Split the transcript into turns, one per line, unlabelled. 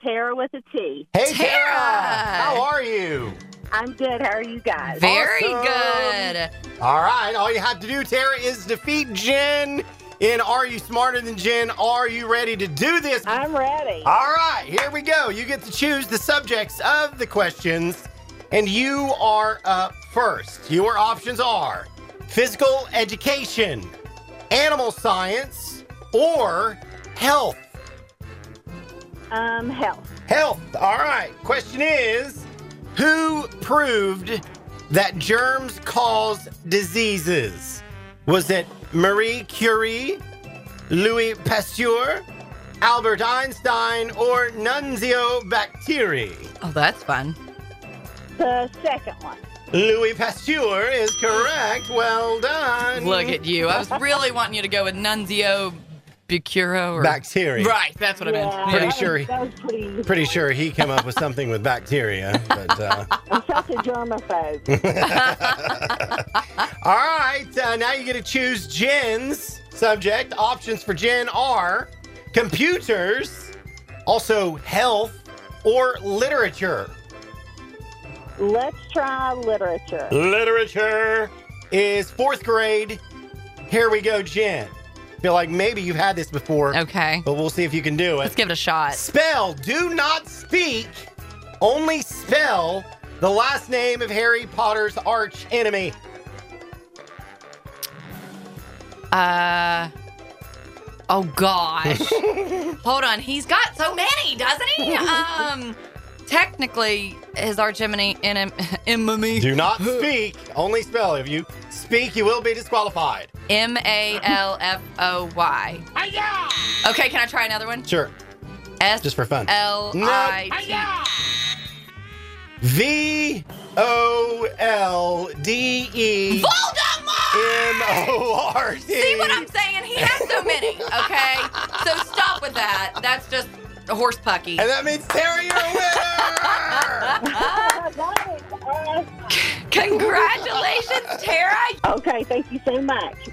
Tara with a T.
Hey, Tara.
Tara.
How are you?
I'm good. How are you guys?
Very
Awesome.
good.
All right. All you have to do, Tara, is defeat Jen in Are You Smarter Than Jen? Are you ready to do this?
I'm ready.
All right, here we go. You get to choose the subjects of the questions, and you are up first. Your options are physical education, animal science, or health.
Um, health.
Health. All right. Question is Who proved that germs cause diseases? Was it Marie Curie, Louis Pasteur, Albert Einstein, or Nunzio Bacteri?
Oh, that's fun.
The second one.
Louis Pasteur is correct. Well done.
Look at you. I was really wanting you to go with Nunzio Bucuro or
Bacteria.
Right, that's what I meant.
Yeah,
Pretty
that
sure he-
Was, that was pretty.
Pretty sure he came up with something with bacteria, but uh,
I'm such a germaphobe.
All right, uh, now you get to choose Jen's subject. Options for Jen are computers, also health, or literature.
Let's try literature.
Literature is fourth grade. Here we go, Jen. Feel like maybe you've had this before,
Okay.
but we'll see if you can do
Let's
it.
give it a shot.
Spell, do not speak, only spell the last name of Harry Potter's arch enemy.
Uh Oh gosh. Hold on. He's got so many, doesn't he? Um technically his archimony enem- enemy
Do not speak, only spell. If you speak, you will be disqualified.
M A L F O Y. Okay, can I try another one?
Sure,
S
just for fun.
L I T.
V O L D E
Voldemort!
M O R T.
See what I'm saying? He has so many. Okay, so stop with that. That's just a horse pucky.
And that means Terry, you're a winner.
That is awesome.
Congratulations, Tara.
Okay, thank you so much.